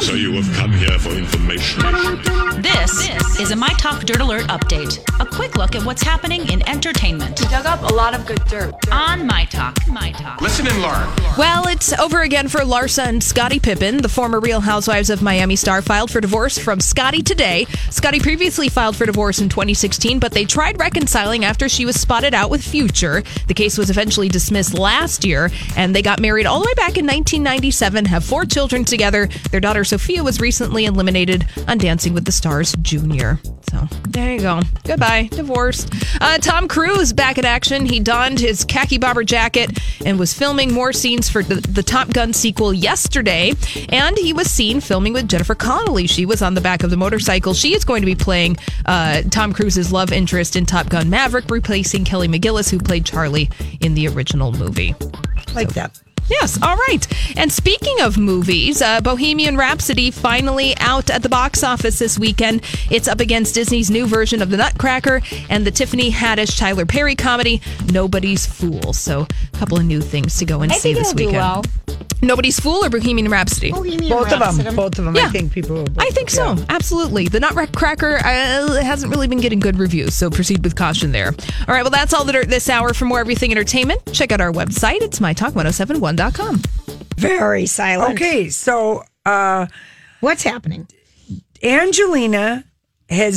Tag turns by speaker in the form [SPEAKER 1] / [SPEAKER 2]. [SPEAKER 1] So you have come here for information.
[SPEAKER 2] This, is a My Talk Dirt Alert update. A quick look at what's happening in entertainment
[SPEAKER 3] Dug up a lot of good dirt.
[SPEAKER 2] on My Talk. My Talk.
[SPEAKER 4] Listen and learn.
[SPEAKER 5] Well, it's over again for Larsa and Scottie Pippen. The former Real Housewives of Miami star filed for divorce from Scottie today. Scottie previously filed for divorce in 2016, but they tried reconciling after she was spotted out with Future. The case was eventually dismissed last year, and they got married all the way back in 1997, have four children together. Their daughter Sophia was recently eliminated on Dancing with the Stars Junior. So there you go. Goodbye, divorced. Uh, Tom Cruise back in action. He donned his khaki bobber jacket and was filming more scenes for the, the Top Gun sequel yesterday. And he was seen filming with Jennifer Connelly. She was on the back of the motorcycle. She is going to be playing uh, Tom Cruise's love interest in Top Gun Maverick, replacing Kelly McGillis, who played Charlie in the original movie.
[SPEAKER 6] Like that.
[SPEAKER 5] Yes, all right. And speaking of movies, uh, Bohemian Rhapsody finally out at the box office this weekend. It's up against Disney's new version of The Nutcracker and the Tiffany Haddish Tyler Perry comedy Nobody's Fool. So, a couple of new things to go and
[SPEAKER 3] I
[SPEAKER 5] see
[SPEAKER 3] think
[SPEAKER 5] this
[SPEAKER 3] it'll do
[SPEAKER 5] weekend.
[SPEAKER 3] well.
[SPEAKER 5] Nobody's Fool or Bohemian Rhapsody?
[SPEAKER 6] Both of them. Both of them.
[SPEAKER 5] Yeah.
[SPEAKER 6] I think people.
[SPEAKER 5] I think so. Absolutely. The Nutcracker uh, hasn't really been getting good reviews, so proceed with caution there. All right, well, that's all the dirt this hour. For more everything entertainment, check out our website. It's mytalk1071.com.
[SPEAKER 6] Very silent. Okay, so uh,
[SPEAKER 7] What's happening?
[SPEAKER 6] Angelina has